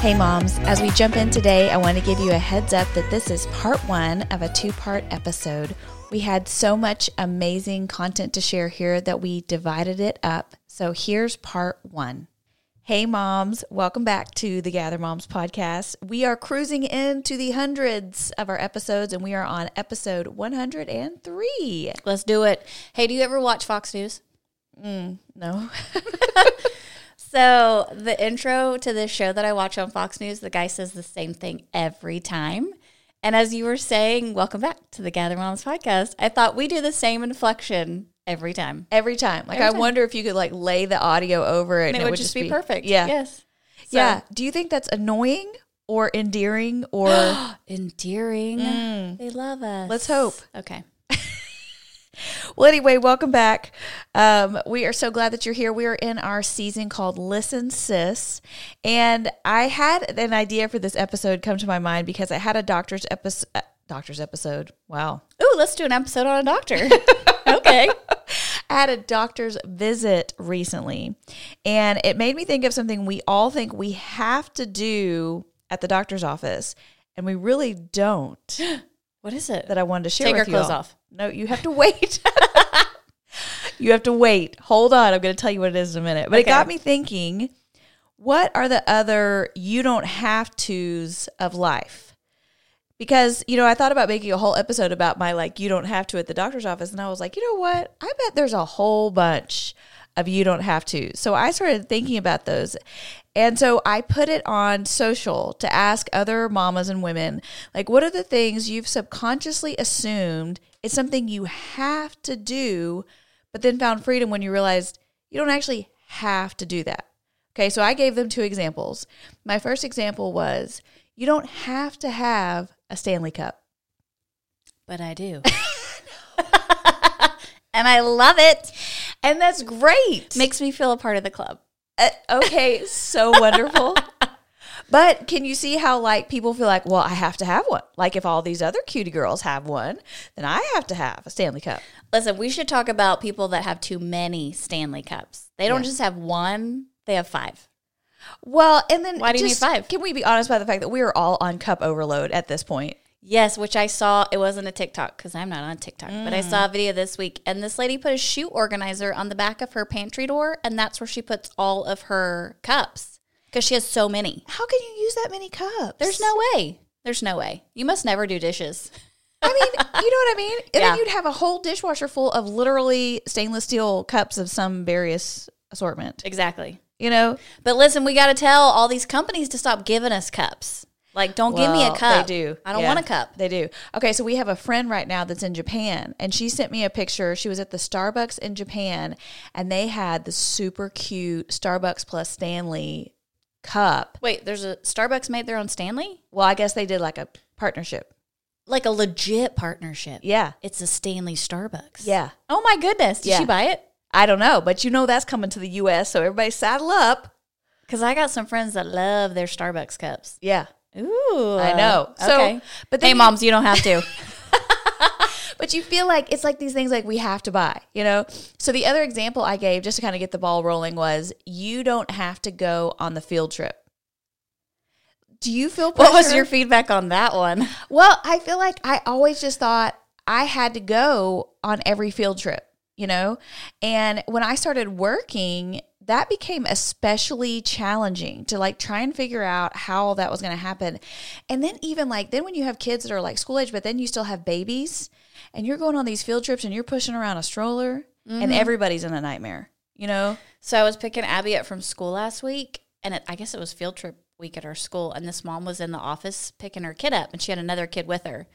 Hey, moms, as we jump in today, I want to give you a heads up that this is part one of a two part episode. We had so much amazing content to share here that we divided it up. So here's part one. Hey, moms, welcome back to the Gather Moms podcast. We are cruising into the hundreds of our episodes, and we are on episode 103. Let's do it. Hey, do you ever watch Fox News? No. So, the intro to this show that I watch on Fox News, the guy says the same thing every time. And as you were saying, welcome back to the Gather Moms podcast, I thought we do the same inflection every time. Every time. Like, I wonder if you could, like, lay the audio over it, And it, would, just be, perfect. Yeah. Yes. So- Yeah. Do you think that's annoying or endearing or endearing. They love us. let's hope. Okay. Well, anyway, welcome back. Um, we are so glad that you're here. We are in our season called Listen Sis. And I had an idea for this episode come to my mind because I had a doctor's episode. Doctor's episode. Wow. Ooh, let's do an episode on a doctor. okay. I had a doctor's visit recently, and it made me think of something we all think we have to do at the doctor's office, and we really don't. What is it? that I wanted to share Take with our you. clothes all. off. No, you have to wait. you have to wait. Hold on. I'm going to tell you what it is in a minute. But Okay. it got me thinking what are the other you don't have to's of life? Because, you know, I thought about making a whole episode about my like, you don't have to at the doctor's office. And I was like, you know what? I bet there's a whole bunch of you don't have to. So I started thinking about those. And so I put it on social to ask other mamas and women, like, what are the things you've subconsciously assumed is something you have to do, but then found freedom when you realized you don't actually have to do that. Okay, so I gave them two examples. My first example was you don't have to have a Stanley Cup. but I do. and I love it. And that's great. Makes me feel a part of the club. Uh, okay, so wonderful. But can you see how like people feel like, well, I have to have one. Like if all these other cutie girls have one, then I have to have a Stanley Cup. Listen, we should talk about people that have too many Stanley Cups. They don't Yeah. just have one, they have five. Well, and then Why do you need just- five? Can we be honest by the fact that we are all on cup overload at this point? Yes, which I saw. It wasn't a TikTok because I'm not on TikTok, but I saw a video this week, and this lady put a shoe organizer on the back of her pantry door, and that's where she puts all of her cups because she has so many. How can you use that many cups? There's no way. There's no way. You must never do dishes. I mean, you know what I mean? And Yeah. then you'd have a whole dishwasher full of literally stainless steel cups of some various assortment. Exactly. You know? But listen, we got to tell all these companies to stop giving us cups. Like, don't give me Well, a cup. They do. I don't Yeah, want a cup. They do. Okay, so we have a friend right now that's in Japan, and she sent me a picture. She was at the Starbucks in Japan, and they had the super cute Starbucks plus Stanley cup. Wait, there's a Starbucks made their own Stanley? Well, I guess they did like a partnership. Like a legit partnership. Yeah. It's a Stanley Starbucks. Yeah. Oh my goodness. Did Yeah. she buy it? I don't know, but you know that's coming to the U.S., so everybody saddle up. Because I got some friends that love their Starbucks cups. Yeah. Ooh. I know. So, Okay. but hey, then you- moms, you don't have to. But you feel like it's like these things like we have to buy, you know? So the other example I gave just to kind of get the ball rolling was you don't have to go on the field trip. Do you feel pressure? what was your feedback on that one? Well, I feel like I always just thought I had to go on every field trip, you know? And when I started working, that became especially challenging to like try and figure out how that was going to happen. And then, even like, then when you have kids that are like school age, but then you still have babies and you're going on these field trips and you're pushing around a stroller Mm-hmm. and everybody's in a nightmare, you know? So I was picking Abby up from school last week, and it, I guess it was field trip week at our school. And this mom was in the office picking her kid up, and she had another kid with her.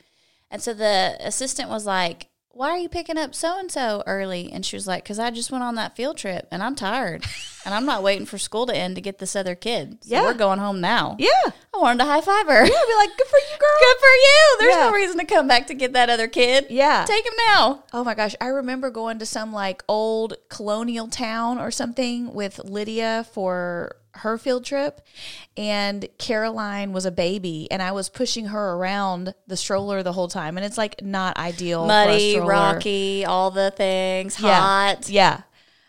And so the assistant was like, why are you picking up so and so early? And she was like, because I just went on that field trip and I'm tired and I'm not waiting for school to end to get this other kid. So Yeah. we're going home now. Yeah. I wanted to high five her. I'd be like, good for you, girl. Good for you. There's Yeah. no reason to come back to get that other kid. Yeah. Take him now. Oh my gosh, I remember going to some like old colonial town or something with Lydia for her field trip and Caroline was a baby and I was pushing her around the stroller the whole time and it's like not ideal for a Muddy, stroller. rocky, all the things, Yeah. hot. Yeah.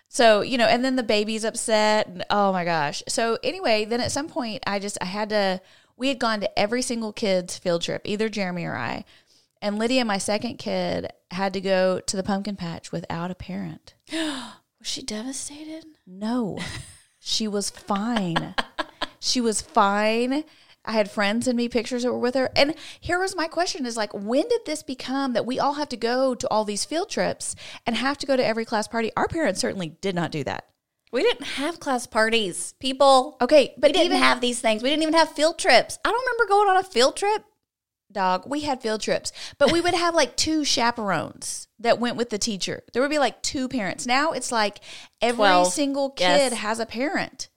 So, you know, and then the baby's upset. And, oh my gosh. So, anyway, then at some point, I just, I had to, we had gone to every single kid's field trip, either Jeremy or I. And Lydia, my second kid, had to go to the pumpkin patch without a parent. Was she devastated? No, she was fine. she was fine. I had friends send me pictures that were with her. And here was my question is like, when did this become that we all have to go to all these field trips and have to go to every class party? Our parents certainly did not do that. We didn't have class parties, people. Okay, We but didn't even have these things. We didn't even have field trips. I don't remember going on a field trip. dog, we had field trips, but we would have like two chaperones that went with the teacher. There would be like two parents. Now it's like every Twelve. single kid Yes. has a parent.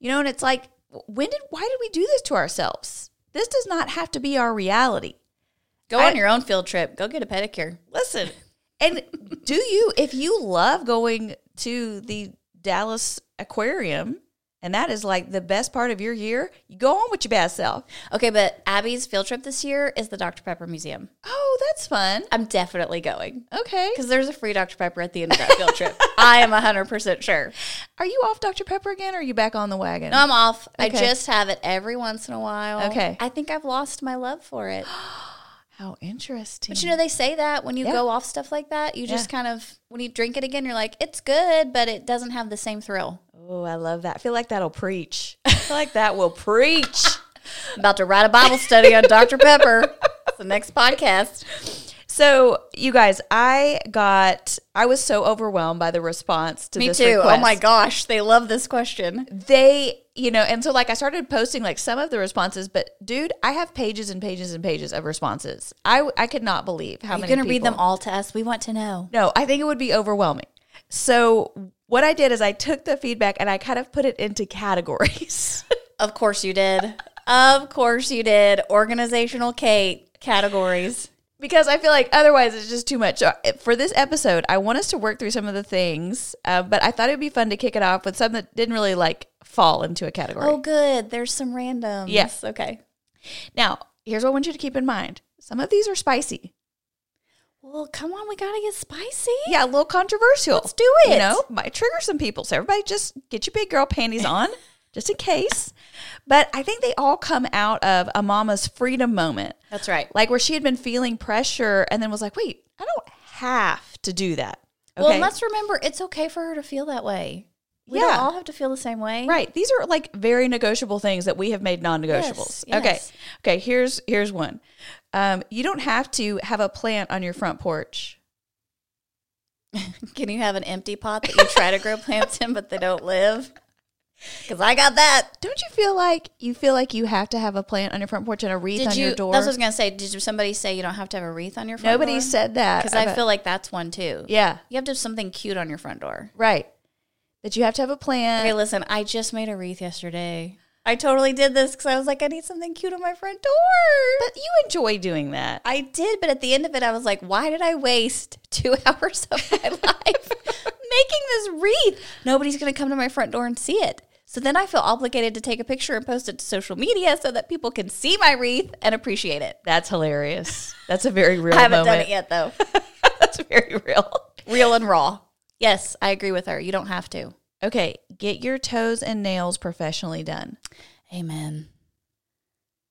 You know, and it's like when did why did we do this to ourselves? This does not have to be our reality. Go I- on your own field trip. Go get a pedicure. Listen, and do you if you love going to the Dallas Aquarium and that is like the best part of your year, you go on with your bad self. Okay, but Abby's field trip this year is the Dr. Pepper Museum. Oh, that's fun. I'm definitely going Okay. because there's a free Dr. Pepper at the end of that field trip. I am 100% sure. Are you off Dr. Pepper again or are you back on the wagon? No, I'm off. I Okay. just have it every once in a while. Okay. I think I've lost my love for it. How interesting. But you know, they say that when you Yeah. go off stuff like that, you just kind of, when you drink it again, you're like, it's good, but it doesn't have the same thrill. oh, I love that. I feel like that'll preach. I feel like that will preach. I'm about to write a Bible study on Dr. Pepper. It's the next podcast. So, you guys, I got, I was so overwhelmed by the response to Me this too. request. Oh my gosh, they love this question. They, you know, and so like I started posting like some of the responses, but dude, I have pages and pages and pages of responses. I, I could not believe how You're many going to read people- them all to us. We want to know. No, I think it would be overwhelming. So, what I did is I took the feedback and I kind of put it into categories. Of course you did. of course you did. Organizational Kate categories. because I feel like otherwise it's just too much. So, uh, For this episode, I want us to work through some of the things, uh, but I thought it would be fun to kick it off with some that didn't really like fall into a category. Oh, good. There's some randoms. Yes. Okay. Now, here's what I want you to keep in mind some of these are spicy. Well, come on. We got to get spicy. Yeah, a little controversial. Let's do You it. know, might trigger some people. So, everybody just get your big girl panties on just in case. But I think they all come out of a mama's freedom moment. That's right. like where she had been feeling pressure and then was like, wait, I don't have to do that. Well, and let's remember it's okay for her to feel that way. We Yeah. don't all have to feel the same way. right. These are like very negotiable things that we have made non-negotiables. Yes, yes. Okay. Okay. Here's here's one. Um, you don't have to have a plant on your front porch. Can you have an empty pot that you try to grow plants in, but they don't live? Because I got that. Don't you feel like you feel like you have to have a plant on your front porch and a wreath on you? your door? That's what I was gonna say. Did you, somebody say you don't have to have a wreath on your front Nobody door? said that. because I about- feel like that's one too. yeah, You have to have something cute on your front door. right. That you have to have a plant. Okay, listen, I just made a wreath yesterday. I totally did this because I was like, I need something cute on my front door. but you enjoy doing that. I did, but at the end of it, I was like, why did I waste two hours of my life making this wreath? Nobody's going to come to my front door and see it. So then I feel obligated to take a picture and post it to social media so that people can see my wreath and appreciate it. That's hilarious. That's a very real I haven't moment. done it yet, though. That's very real. Real and raw. Yes, I agree with her. You don't have to. Okay, get your toes and nails professionally done. Amen.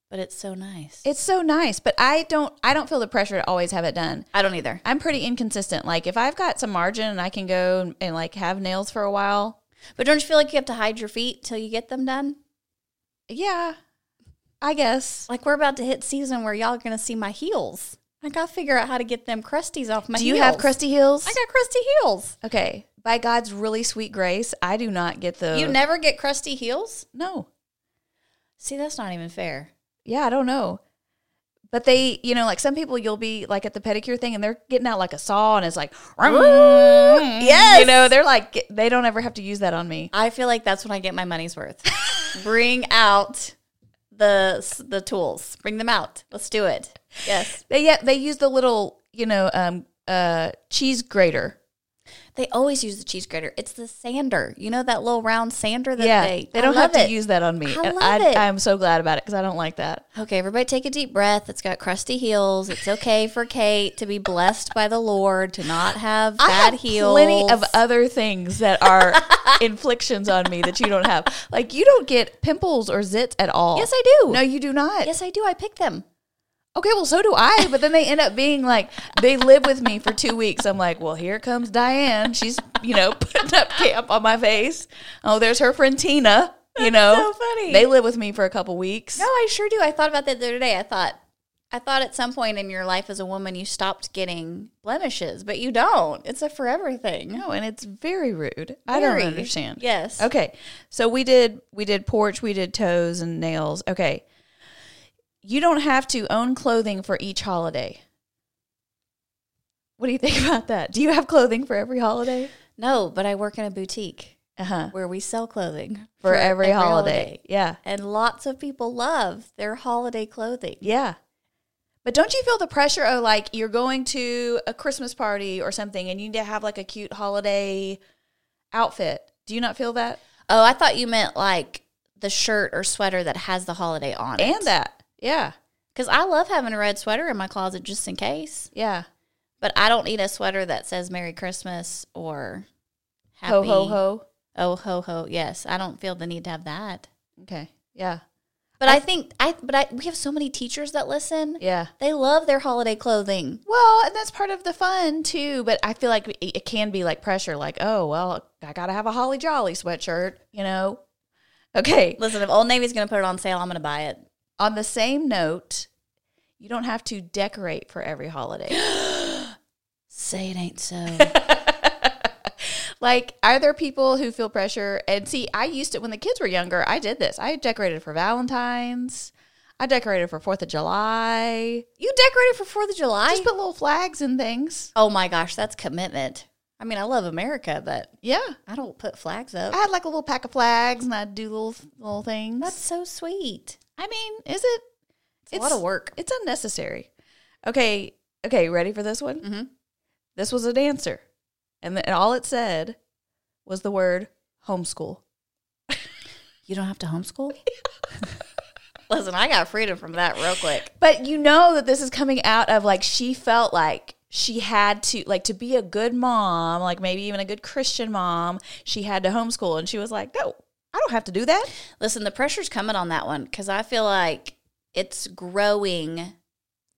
But it's so nice. It's so nice, but I don't I don't feel the pressure to always have it done. I don't either. I'm pretty inconsistent. Like if I've got some margin and I can go and, and like have nails for a while, But don't you feel like you have to hide your feet till you get them done? yeah. I guess. Like we're about to hit season where y'all are gonna see my heels. I gotta figure out how to get them crusties off my. do you have heels. crusty heels? I got crusty heels. okay. By God's really sweet grace, I do not get those. You never get crusty heels. No. See, that's not even fair. Yeah, I don't know. But they, you know, like some people, you'll be like at the pedicure thing, and they're getting out like a saw, and it's like, Yes. you know, they're like, they don't ever have to use that on me. I feel like that's when I get my money's worth. Bring out the the tools. Bring them out. Let's do it. Yes. They yeah, they use the little, you know, um, uh, cheese grater. They always use the cheese grater. It's the sander. You know that little round sander that Yeah, they they don't I have love to it. use that on me. I and love it. I'm so glad about it because I don't like that. Okay, everybody take a deep breath. It's got crusty heels. It's okay for Kate to be blessed by the Lord to not have I bad have heels. plenty of other things that are inflictions on me that you don't have. Like you don't get pimples or zits at all. Yes, I do. No, you do not. Yes, I do. I pick them. Okay, well, so do I. But then they end up being like, they live with me for two weeks. I'm like, well, here comes Diane. She's, you know, putting up camp on my face. Oh, there's her friend Tina. You know, so funny. They live with me for a couple weeks. No, I sure do. I thought about that the other day. I thought, I thought at some point in your life as a woman, you stopped getting blemishes, but you don't. It's a forever thing. No, and it's very rude. I don't Very. understand. Yes. Okay. So we did we did porch, we did toes and nails. Okay. You don't have to own clothing for each holiday. What do you think about that? Do you have clothing for every holiday? No, but I work in a boutique Uh-huh. where we sell clothing For, every, holiday. Yeah. And lots of people love their holiday clothing. Yeah. But don't you feel the pressure of like you're going to a Christmas party or something and you need to have like a cute holiday outfit? Do you not feel that? Oh, I thought you meant like the shirt or sweater that has the holiday on it. And that. Yeah. Because I love having a red sweater in my closet just in case, Yeah. but I don't need a sweater that says Merry Christmas or Happy. Ho ho ho. Oh ho ho! Yes, I don't feel the need to have that. Okay. Yeah. But I think I. But I, we have so many teachers that listen. Yeah. They love their holiday clothing. Well, and that's part of the fun too. But I feel like it it can be like pressure, like, oh, well, I got to have a Holly Jolly sweatshirt, you know? Okay. Listen, if Old Navy's going to put it on sale, I'm going to buy it. On the same note, you don't have to decorate for every holiday. Say it ain't so. like, are there people who feel pressure? And see, I used to, when the kids were younger, I did this. I decorated for Valentine's, I decorated for Fourth of July. you decorated for Fourth of July? I just put little flags and things. oh my gosh, that's commitment. I mean, I love America, but Yeah. I don't put flags up. I had like a little pack of flags and I'd do little little things. that's so sweet. I mean, is it? It's, a lot of work. It's unnecessary. Okay, okay, ready for this one? Mhm. This was an answer, and, the, and all it said was the word homeschool. You don't have to homeschool. Listen, I got freedom from that real quick. But you know that this is coming out of like she felt like she had to like to be a good mom, like maybe even a good Christian mom. She had to homeschool, and she was like, "No, I don't have to do that." Listen, the pressure's coming on that one because I feel like it's growing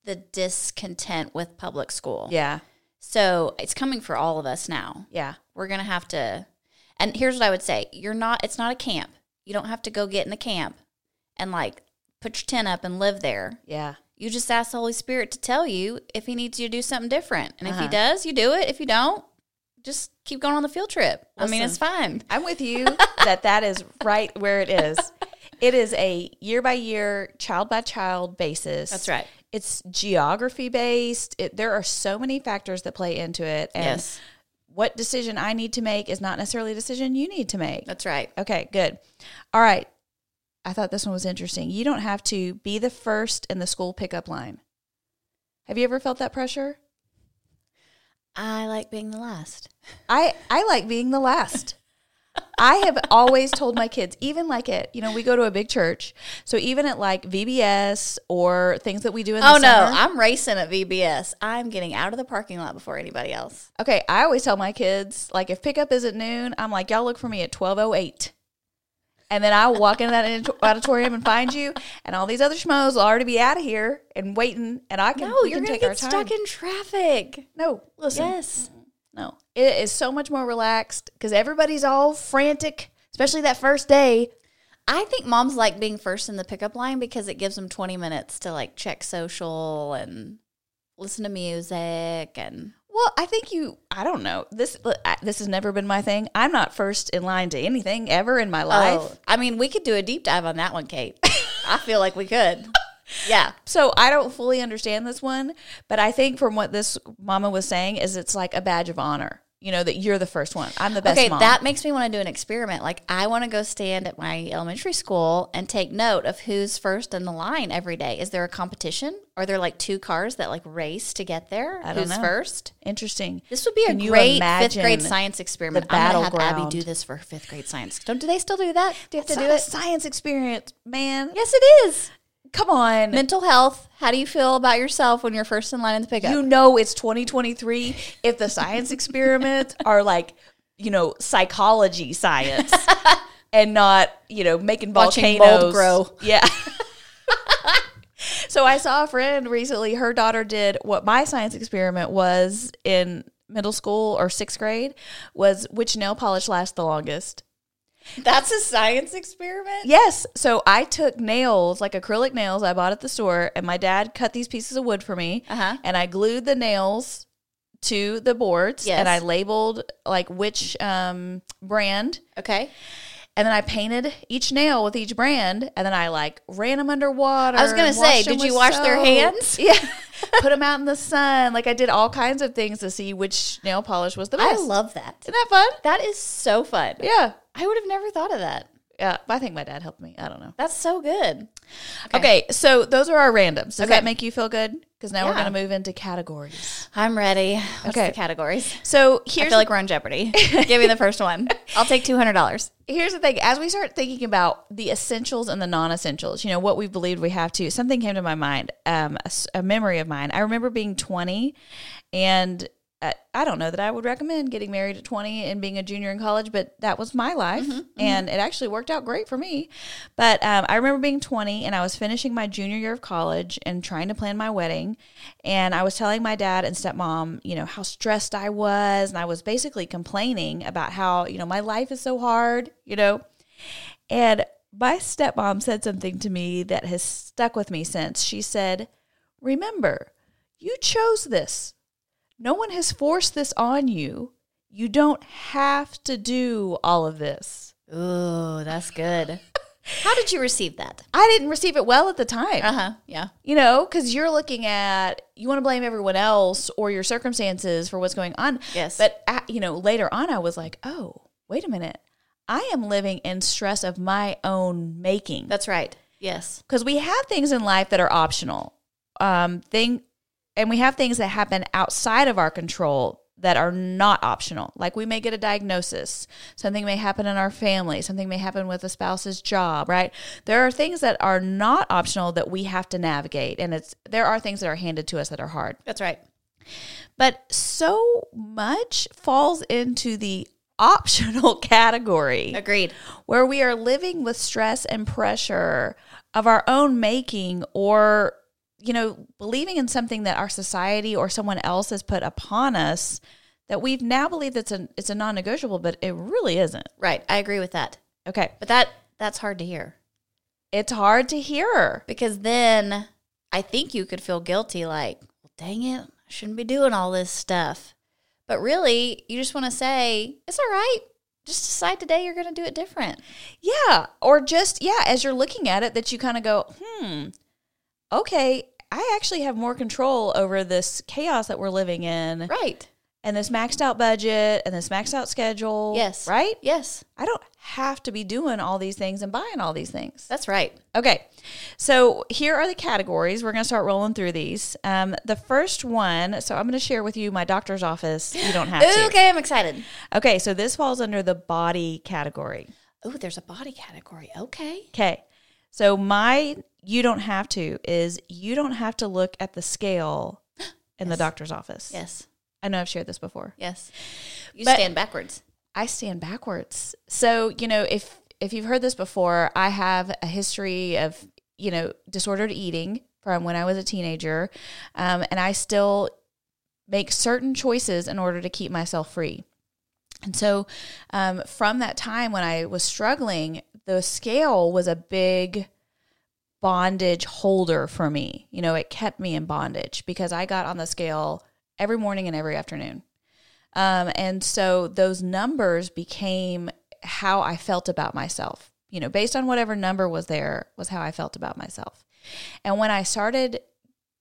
the discontent with public school. Yeah, So it's coming for all of us now. yeah, We're going to have to, and here's what I would say you're not, it's not a camp. You don't have to go get in the camp and like put your tent up and live there. yeah, You just ask the Holy Spirit to tell you if He needs you to do something different. And if He Uh-huh. does, you do it. If you don't, just keep going on the field trip. I mean, Listen. it's fine. I'm with you that that is right where it is. It is a year by year, child by child basis. That's right. It's geography based. It, there are so many factors that play into it. And Yes. what decision I need to make is not necessarily a decision you need to make. That's right. Okay, good. All right. I thought this one was interesting. You don't have to be the first in the school pickup line. Have you ever felt that pressure? I like being the last. I I like being the last. I have always told my kids, even like at you know, we go to a big church, so even at like VBS or things that we do in the Oh no, summer- I'm racing at VBS. I'm getting out of the parking lot before anybody else. okay, I always tell my kids like if pickup is at noon, I'm like y'all look for me at twelve oh eight, and then I will walk into that auditor- auditorium and find you, and all these other schmoes will already be out of here and waiting, and I can No, we you're can gonna take our get time. stuck in traffic. no, listen, Yes. No, it is so much more relaxed because everybody's all frantic, especially that first day. I think moms like being first in the pickup line because it gives them 20 minutes to like check social and listen to music and Well, I think you. I don't know. This I- this has never been my thing. I'm not first in line to anything ever in my life. Oh, I mean, we could do a deep dive on that one, Kate. I feel like we could. Yeah. So I don't fully understand this one, but I think from what this mama was saying is it's like a badge of honor. You know that you're the first one. I'm the best. Okay, mom. that makes me want to do an experiment. Like I want to go stand at my elementary school and take note of who's first in the line every day. Is there a competition? Are there like two cars that like race to get there? I don't who's know. first? interesting. This would be a Can you great fifth imagine grade science experiment. the I'm gonna have Abby battleground? do this for fifth grade science. Don't do they still do that? Do you have It's to not do a it? science experience, man. Yes, it is. Come on. Mental health. How do you feel about yourself when you're first in line in the pickup? you know it's 2023 if the science experiments are like you know psychology science and not you know making Watching volcanoes mold grow. yeah so i saw a friend recently her daughter did what my science experiment was in middle school or sixth grade was which nail polish lasts the longest That's a science experiment. Yes. So I took nails, like acrylic nails I bought at the store, and my dad cut these pieces of wood for me. Uh-huh. And I glued the nails to the boards Yes. and I labeled like which um, brand. Okay. And then I painted each nail with each brand. And then I like ran them underwater. I was gonna and say, washed 'em did you with wash their soap. hands? Yeah. Put them out in the sun. Like I did all kinds of things to see which nail polish was the I best. love that. Isn't that fun? That is so fun. Yeah. I would have never thought of that. Yeah. I think my dad helped me. I don't know. That's so good. Okay. so those are our randoms. Does Okay. that make you feel good? Because now we're Yeah. going to move into categories. I'm ready. What's Okay. the categories? So I here's feel like we're on Jeopardy. Give me the first one. I'll take two hundred dollars. here's the thing. As we start thinking about the essentials and the non-essentials, you know what we believed we have to. Something came to my mind, um, a, s- a memory of mine. I remember being 20, and uh, I don't know that I would recommend getting married at 20 and being a junior in college, but that was my life, and it actually worked out great for me. But um, I remember being 20, and I was finishing my junior year of college and trying to plan my wedding, and I was telling my dad and stepmom, you know, how stressed I was, and I was basically complaining about how you know my life is so hard, you know. And my stepmom said something to me that has stuck with me since. She said, Remember, you chose this. No one has forced this on you. You don't have to do all of this. Ooh, that's good. How did you receive that? I didn't receive it well at the time. Uh huh. Yeah. you know, because you're looking at you want to blame everyone else or your circumstances for what's going on. Yes. but uh, you know, later on, I was like, oh, wait a minute, I am living in stress of my own making That's right. Yes. because we have things in life that are optional, um, thing, and we have things that happen outside of our control that are not optional. Like we may get a diagnosis, something may happen in our family, something may happen with a spouse's job, right? There are things that are not optional that we have to navigate, and it's there are things that are handed to us that are hard. That's right. But so much falls into the optional category Agreed. where we are living with stress and pressure of our own making or you know believing in something that our society or someone else has put upon us that we've now believed it's a it's a non-negotiable but it really isn't Right. I agree with that. okay But that that's hard to hear it's hard to hear because then I think you could feel guilty. Like, well, dang it, I shouldn't be doing all this stuff. But really, you just want to say it's all right. Just decide today you're going to do it different. yeah or just yeah as you're looking at it that you kind of go hmm okay i actually have more control over this chaos that we're living in Right. and this maxed out budget and this maxed out schedule Yes. right Yes. I don't have to be doing all these things and buying all these things. That's right. Okay, so here are the categories. We're going to start rolling through these. Um, the first one, so I'm going to share with you my doctor's office. You don't have to. okay, I'm excited. Okay, so this falls under the body category. Oh, there's a body category. Okay. Okay, so my you don't have to is you don't have to look at the scale in the doctor's office. Yes. I know I've shared this before. Yes. You But- stand backwards. I stand backwards. So, you know, if if you've heard this before, I have a history of, you know, disordered eating from when I was a teenager. Um, and I still make certain choices in order to keep myself free. And so, um, from that time when I was struggling, the scale was a big bondage holder for me. You know, it kept me in bondage because I got on the scale every morning and every afternoon. Um, and so those numbers became how I felt about myself. You know, based on whatever number was there, was how I felt about myself. And when I started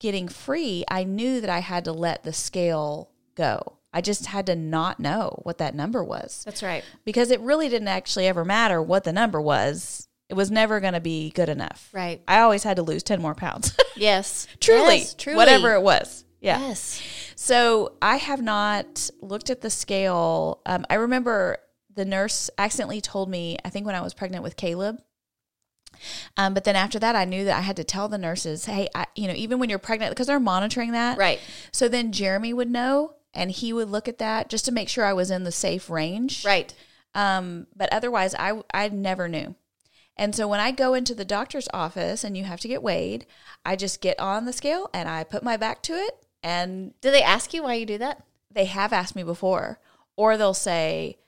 getting free, I knew that I had to let the scale go. I just had to not know what that number was That's right. because it really didn't actually ever matter what the number was. It was never going to be good enough. Right. I always had to lose 10 more pounds. Yes. truly, Yes, truly. Whatever it was. Yeah. Yes. So I have not looked at the scale. Um, I remember the nurse accidentally told me, I think when I was pregnant with Caleb. Um, but then after that, I knew that I had to tell the nurses, hey, I, you know, even when you're pregnant, because they're monitoring that. Right. So then Jeremy would know and he would look at that just to make sure I was in the safe range. Right. Um, but otherwise, I I never knew. And so when I go into the doctor's office and you have to get weighed, I just get on the scale and I put my back to it. And Do they ask you why you do that? they have asked me before, or they'll say,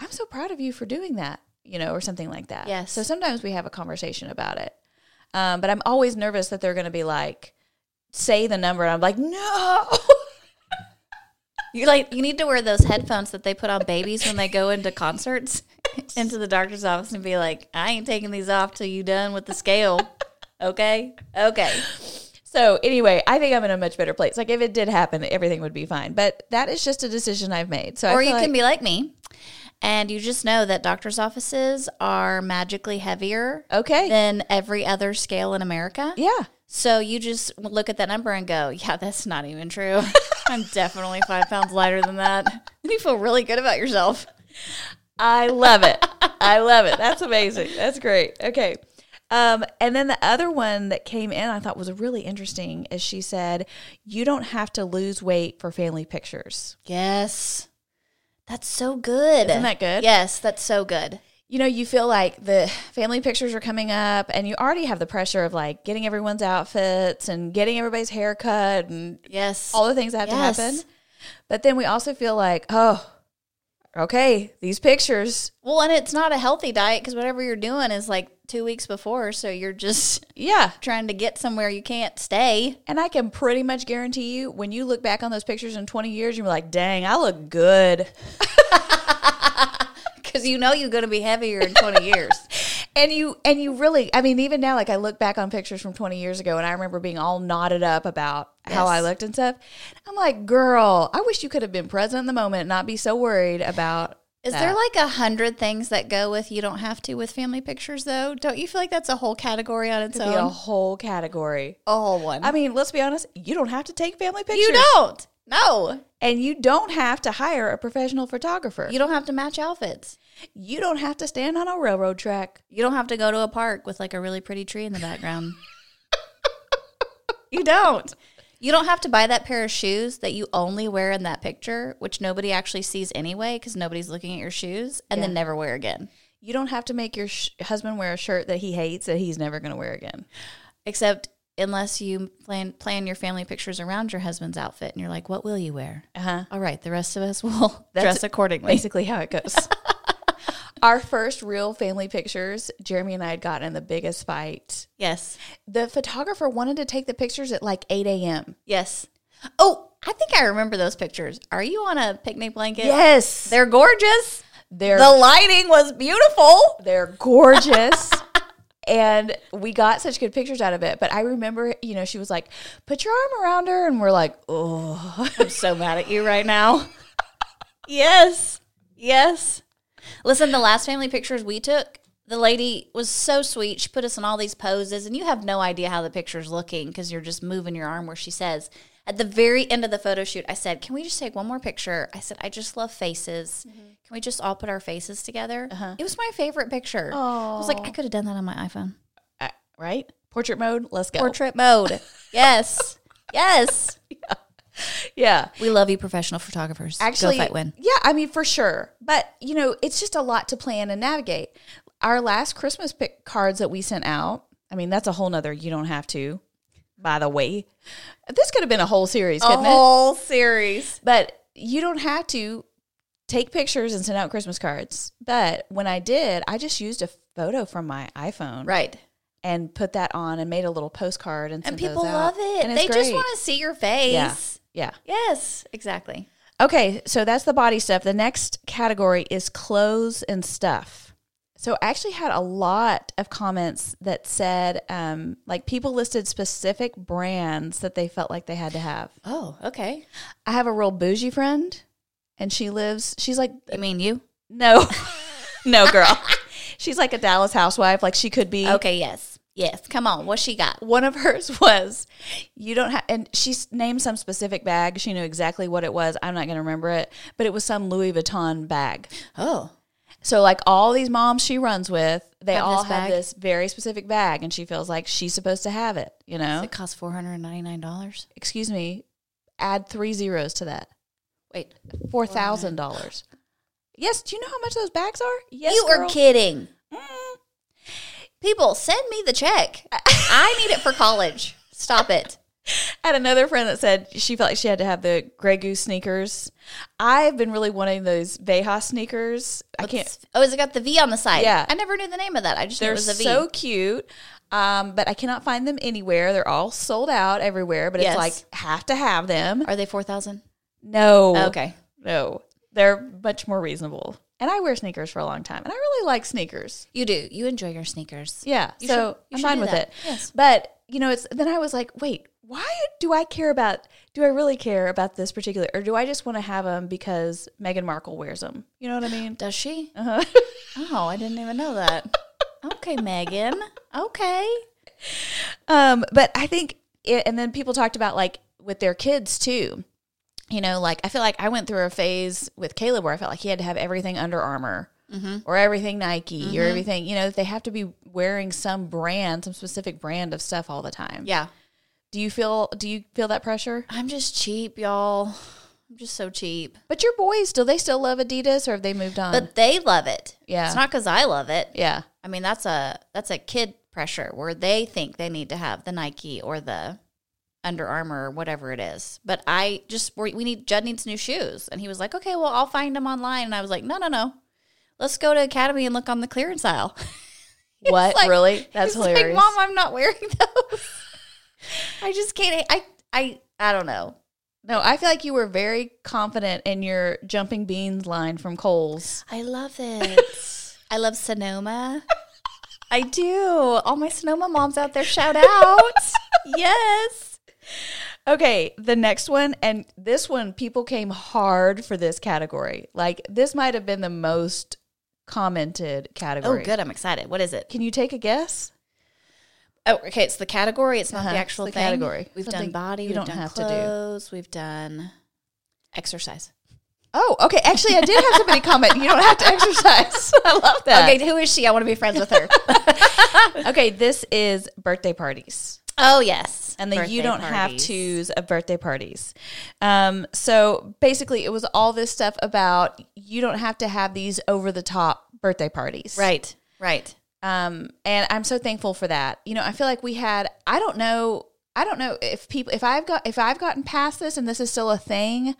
"I'm so proud of you for doing that," you know, or something like that. Yes. So sometimes we have a conversation about it, um, but I'm always nervous that they're going to be like, "Say the number," and I'm like, "No." You like you need to wear those headphones that they put on babies when they go into concerts into the doctor's office and be like, I ain't taking these off till you done with the scale. Okay? Okay. So anyway, I think I'm in a much better place. Like if it did happen, everything would be fine. But that is just a decision I've made. So I or feel you like- can be like me and you just know that doctor's offices are magically heavier okay. than every other scale in America. yeah. So you just look at that number and go, yeah, that's not even true. I'm definitely five pounds lighter than that. And you feel really good about yourself. I love it. I love it. That's amazing. That's great. Okay. Um, and then the other one that came in I thought was really interesting is she said, You don't have to lose weight for family pictures. Yes. That's so good. Isn't that good? Yes, that's so good. You know, you feel like the family pictures are coming up and you already have the pressure of like getting everyone's outfits and getting everybody's haircut and Yes. all the things that have Yes. to happen. But then we also feel like, oh, okay, these pictures, well, and it's not a healthy diet because whatever you're doing is like two weeks before. So you're just yeah. trying to get somewhere you can't stay. And I can pretty much guarantee you, when you look back on those pictures in 20 years, you're like, dang, I look good. Because you know you're going to be heavier in 20 years. And you, and you really, I mean, even now, like I look back on pictures from 20 years ago and I remember being all knotted up about how Yes. I looked and stuff. I'm like, girl, I wish you could have been present in the moment and not be so worried about. Is there like a hundred things that go with you don't have to with family pictures though? Don't you feel like that's a whole category on its be a own? whole category? A whole one. I mean, let's be honest, you don't have to take family pictures. you don't. No. And you don't have to hire a professional photographer. You don't have to match outfits. You don't have to stand on a railroad track. You don't have to go to a park with like a really pretty tree in the background. You don't. you don't have to buy that pair of shoes that you only wear in that picture, which nobody actually sees anyway because nobody's looking at your shoes and then Yeah. never wear again. You don't have to make your sh- husband wear a shirt that he hates that he's never going to wear again. Except unless you plan plan your family pictures around your husband's outfit and you're like, what will you wear? Uh-huh. All right, the rest of us will That's- dress accordingly. Basically, how it goes. Our first real family pictures, Jeremy and I had gotten in the biggest fight. Yes. The photographer wanted to take the pictures at like 8 a.m. Yes. Oh, I think I remember those pictures. Are you on a picnic blanket? Yes. They're gorgeous. They're, The lighting was beautiful. they're gorgeous. and we got such good pictures out of it. But I remember, you know, she was like, put your arm around her. And we're like, oh. I'm so mad at you right now. yes. Yes. Listen, the last family pictures we took, the lady was so sweet. She put us in all these poses, and you have no idea how the picture's looking because you're just moving your arm where she says. At the very end of the photo shoot, I said, Can we just take one more picture? I said, I just love faces. Can we just all put our faces together? It was my favorite picture. I was like, I could have done that on my iPhone. Uh, right? Portrait mode, let's go. Portrait mode. yes. Yes. yeah. We love you, professional photographers. actually Go fight win. Yeah, I mean for sure. But you know, it's just a lot to plan and navigate. Our last Christmas pic- cards that we sent out. I mean, that's a whole nother. You don't have to. By the way, this could have been a whole series, couldn't it? whole series. But you don't have to take pictures and send out Christmas cards. But when I did, I just used a photo from my iPhone Right. and put that on and made a little postcard and And sent those people out. love it. And it's they just great. want to see your face. yeah, yeah. Yes, exactly. Okay, so that's the body stuff. The next category is clothes and stuff. so I actually had a lot of comments that said, um, like people listed specific brands that they felt like they had to have. Oh, okay. I have a real bougie friend, and she lives. She's like, I mean, you. no, no, girl. she's like a Dallas housewife. Like she could be. Okay, yes. Yes. Come on. What she got? One of hers was, you don't have, and she s- named some specific bag. She knew exactly what it was. I'm not going to remember it, but it was some Louis Vuitton bag. Oh. So like all these moms she runs with, they Have all this have bag? this very specific bag, and she feels like she's supposed to have it. You know, It costs four hundred and ninety nine dollars. excuse me, add three zeros to that, Wait. four thousand dollars. Yes, do you know how much those bags are? Yes, you are girl. kidding. Mm. People, send me the check. I need it for college. Stop it. I had another friend that said she felt like she had to have the Grey Goose sneakers. I've been really wanting those Veja sneakers. I can't. Oh, it's got the V on the side. Yeah. I never knew the name of that. I just knew it They're was a V. so cute, um, but I cannot find them anywhere. They're all sold out everywhere. But Yes. it's like have to have them. Are they four thousand? No, Okay. no, they're much more reasonable. And I wear sneakers for a long time, and I really like sneakers. You do. You enjoy your sneakers. Yeah. You so should- you I'm should fine do with that. it. Yes. But you know, it's then I was like, wait, why do I care about? Do I really care about this particular, or do I just want to have them because Meghan Markle wears them? You know what I mean? Does she? Uh-huh. Oh, I didn't even know that. okay, Megan. Okay. um, but I think, it, and then people talked about like with their kids too. You know, like I feel like I went through a phase with Caleb where I felt like he had to have everything Under armor Mm-hmm. Or everything Nike or everything, you know, they have to be wearing some brand, some specific brand of stuff all the time. Yeah. Do you feel do you feel that pressure? I'm just cheap, y'all. I'm just so cheap. But your boys, do they still love Adidas or have they moved on? But they love it. Yeah. It's not because I love it. yeah. I mean, that's a that's a kid pressure where they think they need to have the Nike or the Under Armour or whatever it is. But I just we we need Judd needs new shoes, and he was like, okay, well I'll find them online, and I was like, no, no, no, let's go to Academy and look on the clearance aisle. What? like- really? That's He's like, hilarious. Mom, I'm not wearing those. I just can't. I I I don't know. no, I feel like you were very confident in your jumping beans line from Coles. I love it. I love Sonoma. I do. All my Sonoma moms out there, shout out. yes. Okay, the next one, and this one, people came hard for this category. Like, this might have been the most commented Oh, category. good. I'm excited. What is it? Can you take a guess? Oh, okay. It's the category. It's not Uh-huh. the It's actual the thing. category. We've Something done body. you we've don't done have to do. clothes. We've done exercise. Oh, okay. Actually, I did have somebody comment. You don't have to exercise. I love that. Okay, who is she? I want to be friends with her. okay, this is birthday parties. oh yes, and the you Birthday don't have parties. to's of birthday parties. Um, so basically, it was all this stuff about you don't have to have these over the top birthday parties. Right, right. Um, and I'm so thankful for that. You know, I feel like we had, I don't know, I don't know if people, if I've got, if I've gotten past this and this is still a thing.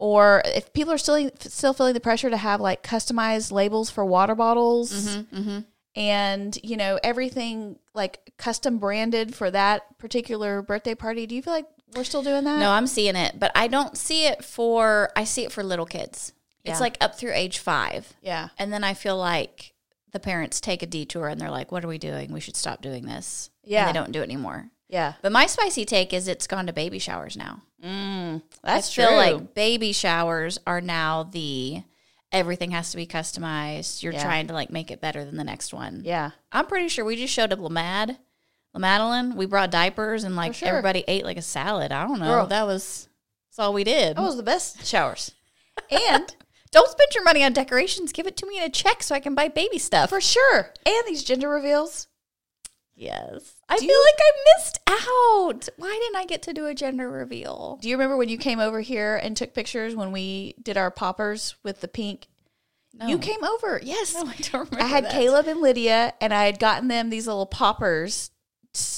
Or if people are still still feeling the pressure to have like customized labels for water bottles, mm-hmm. and you know everything like custom branded for that particular birthday party do you feel like we're still doing that No, I'm seeing it, but I don't see it for. I see it for little kids. Yeah. It's like up through age five, yeah and then I feel like the parents take a detour and they're like, "What are we doing? We should stop doing this." And Yeah. they don't do it anymore. yeah But my spicy take is it's gone to baby showers now. that's I feel true like baby showers are now the everything has to be customized. You're Yeah. trying to like make it better than the next one. yeah I'm pretty sure we just showed up Lamad, Lamadeline. We brought diapers and like For sure. everybody ate like a salad. I don't know. Girl. That was that's all we did. that was the best showers and Don't spend your money on decorations. Give it to me in a check so I can buy baby stuff. for sure and these gender reveals yes. I Do feel like I missed out. Why didn't I get to do a gender reveal? do you remember when you came over here and took pictures when we did our poppers with the pink No. you came over yes No, Oh. I don't remember. i had that. caleb and lydia and i had gotten them these little poppers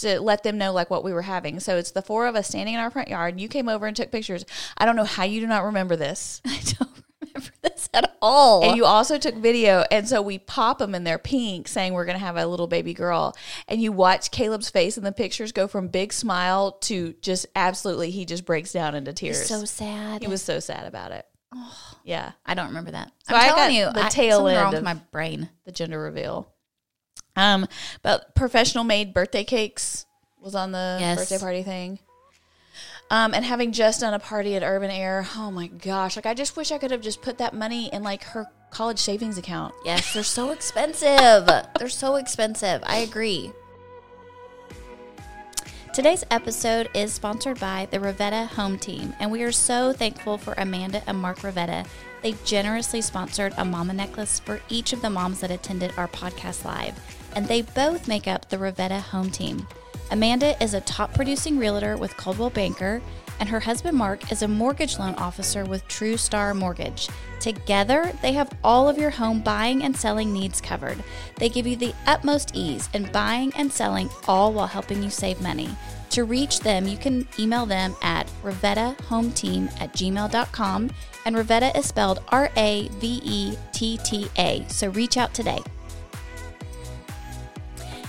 to let them know like what we were having so it's the four of us standing in our front yard and you came over and took pictures i don't know how you do not remember this I don't remember this at all. And you also took video. And so we pop them and they're pink, saying we're going to have a little baby girl. And you watch Caleb's face in the pictures go from big smile to just absolutely, he just breaks down into tears. so sad. he was so sad about it. Yeah. I don't remember that. So I'm I telling got you, the I- tail something end wrong of- with my brain. The gender reveal. Um, but professional made birthday cakes was on the Yes. birthday party thing. Um, and having just done a party at Urban Air, oh my gosh, like I just wish I could have just put that money in like her college savings account. Yes, they're so expensive. they're so expensive. I agree. Today's episode is sponsored by the Ravetta Home Team, and we are so thankful for Amanda and Mark Ravetta. They generously sponsored a mama necklace for each of the moms that attended our podcast live, and they both make up the Ravetta Home Team. Amanda is a top producing realtor with Coldwell Banker, and her husband Mark is a mortgage loan officer with True Star Mortgage. Together, they have all of your home buying and selling needs covered. They give you the utmost ease in buying and selling, all while helping you save money. To reach them, you can email them at revettahometeam at gmail.com, and Revetta is spelled R A V E T T A, so reach out today.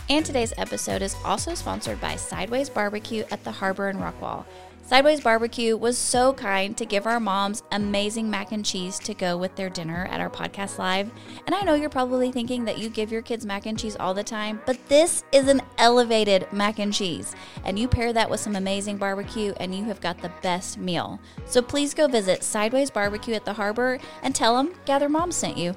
And today's episode is also sponsored by Sideways Barbecue at the Harbor in Rockwall. Sideways Barbecue was so kind to give our moms amazing mac and cheese to go with their dinner at our podcast live. And I know you're probably thinking that you give your kids mac and cheese all the time, but this is an elevated mac and cheese. And you pair that with some amazing barbecue, and you have got the best meal. So please go visit Sideways Barbecue at the Harbor and tell them Gather Mom sent you.